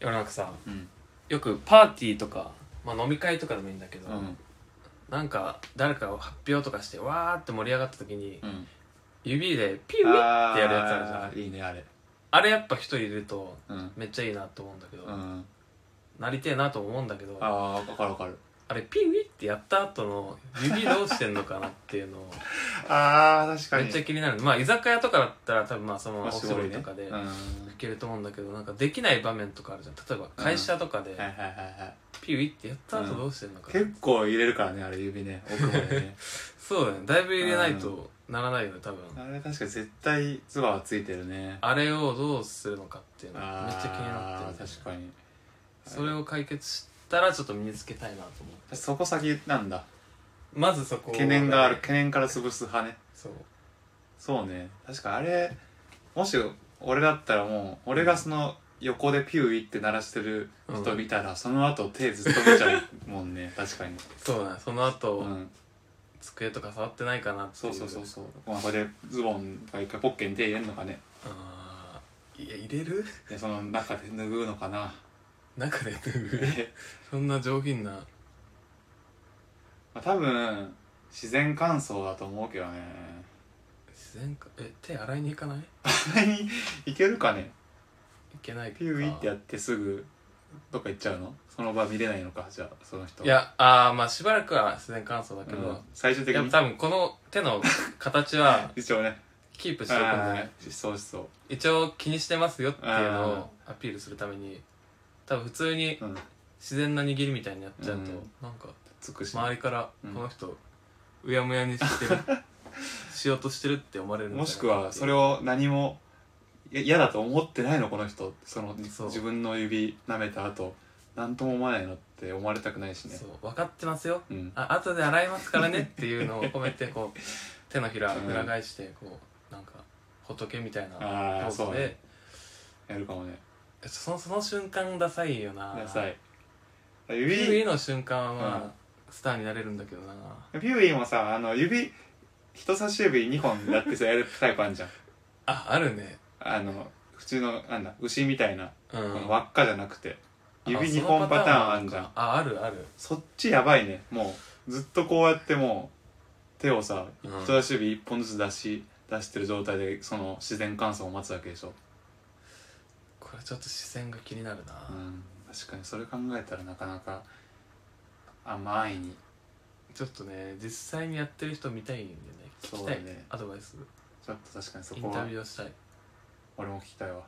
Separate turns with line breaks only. いやなんかさ
うん
よくパーティーとか、まあ、飲み会とかでもいいんだけど、
うん
なんか誰かを発表とかしてわーって盛り上がった時に、
うん
指でピューってやるやつあるじゃんあ
ーいいねあれ
れやっぱ一人いると
うん
めっちゃいいなと思うんだけど、
うん
なりてえなと思うんだけどあ
ああ分かる分かる
れピューってやった後の指どうしてんのかなっていうの を
ああ確
めっちゃ気になるまあ居酒屋とかだったら多分まあその
ま
お
あ
風
絞
呂
りね
とかで
うんはい
いけると思うんだけどなんかできない場面とかあるじゃん例えば会社とかで
はいはいはい
ピューってやった後どうしてんのかな、
結構入れるからねあれ指ね奥までね
そうだねだいぶ入れないとならないよね多分
あれ確か絶対ツバはついてるね
あれをどうするのかっていうのが
あ
めっ
ー
ちゃ気になってる
確かに
それを解決したらちょっと身につけたいなと思う
そこ先なんだ
まずそこを
懸念がある懸念から潰す派ね
そう
そうね確かあれもし俺だったらもう俺がその横でピューイって鳴らしてる人見たら、その後手ずっと見ちゃうもんね 確かに、
そうだねその後、
うん、
机とか触ってないかなって
そ
いう
そうそうそうまあこれズボンが一回ポッケに手入れるのかね
あーいや入れる
でその中で拭うのかな
中で脱ぐ
で
そんな上品な
まあ多分自然乾燥だと思うけどね
自然かえ手洗いに行かないい
前にいけるかね
けないか
ピューイってやってすぐどっか行っちゃうのその場見れないのかじゃあその人
いやあーまあしばらくは自然乾燥だけ
う
ど、
ん最終的
やっ
に
ぱ多分この手の形は
一応ね
キープしとくんで
あ
ね
あそうそう
一応気にしてますよっていうのをアピールするために多分普通に
うん
自然な握りみたいにやっちゃうと、
うん
なんか
つくし
周りから
うん
この人、うやむやにして るしようとしてるって思われるんじゃ
も
ないか
しくはそれ
を
を何もいや嫌だと思ってないのこの人その
そう
自分の指舐めた後何とも思わないのって思われたくないしね
そう分かってますよ
うん
あ後で洗いますからねっていうのを込めてこう 手のひら裏返してこうなんか仏みたいなポ
あー
ーズで
そうねやるかもね
えそのその瞬間ダサいよな
なさい
ピューイ
指
の瞬間は、
うん
スターになれるんだけどな
ピューイもさあの指人差し指2本だってさやるタイプあんじゃん
ああるね
あの普通のなんだ牛みたいな、
う
こ
ん
の輪っかじゃなくて指
そ
2
の
本パターンあ
る
んじゃん
ああるある
そっちやばいねもうずっとこうやってもう手をさ
うん
人差し指一本ずつ出し出してる状態でその自然乾燥を待つわけでしょ、
これちょっと視線が気になるな、
うん、確かにそれ考えたらなかなか甘いに
ちょっとね実際にやってる人見たいんでね聞き
そう
た
だ
い
ね
アドバイス
ちょっと確かにそ
イ
こ
ンタ
は
ビューをしたい
俺も聞きたいわ